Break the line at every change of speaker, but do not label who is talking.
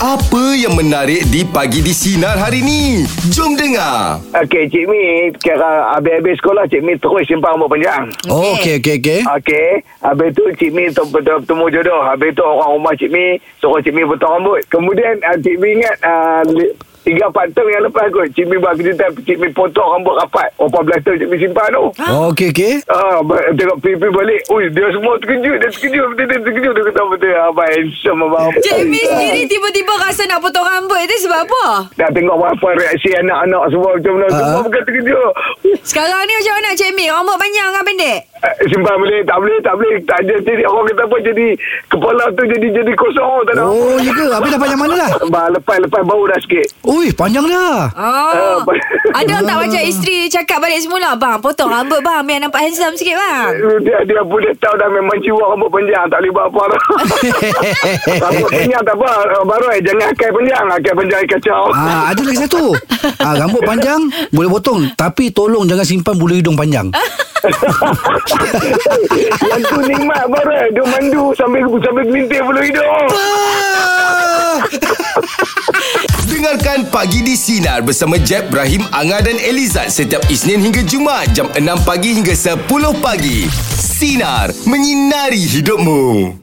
Apa yang menarik di pagi di sinar hari ni? Jom dengar.
Okey, Cik Mi, kira habis-habis sekolah, Cik Mi terus simpang rambut panjang.
Oh, okey, okey, okey.
Okey, habis tu Cik Mi tem- tem- temu jodoh. Habis tu orang rumah Cik Mi suruh Cik Mi potong rambut. Kemudian ah, Cik Mi ingat ah, li- tiga empat tahun yang lepas kot, Cik Mi buat kejutan, Cik Mi potong rambut rapat. Berapa belas tahun Cik Mi simpan tu.
Oh, okey, okey.
Ah, ba- tengok pipi balik. Ui, dia semua terkejut. Dia terkejut. Dia, dia terkejut. Dia kata, betul. ah, Abang handsome, abang.
Cik Mi sendiri tiba-tiba rasa nak potong rambut itu sebab apa?
Dah tengok berapa reaksi anak-anak semua macam mana. Semua
Ah.
bukan terkejut.
Sekarang ni macam mana Cik Mi? Rambut panjang kan pendek?
Eh, Simpan boleh Tak boleh Tak boleh tak jadi, jadi Orang kata apa Jadi Kepala tu jadi Jadi kosong Tak ada
Oh, ya ke? Habis dah panjang mana dah?
bah, Lepas Lepas bau dah sikit
Ui, panjang dah.
Oh.
Ah,
Ada tak macam isteri cakap balik semula Bang potong rambut bang Biar nampak handsome sikit bang
dia, dia pun dia tahu dah Memang jiwa rambut panjang Tak boleh buat apa dah Rambut panjang tak apa Baru eh Jangan akai panjang Akai panjang akai kacau
Ah, ada lagi satu. Ah, rambut panjang boleh potong tapi tolong jangan simpan bulu hidung panjang.
Yang tu nikmat baru eh Dia mandu Sambil sambil gelintir bulu hidung
Ah. Dengarkan Pagi di Sinar bersama Jeb, Ibrahim, Anga dan Elizad setiap Isnin hingga Jumaat jam 6 pagi hingga 10 pagi. Sinar, menyinari hidupmu.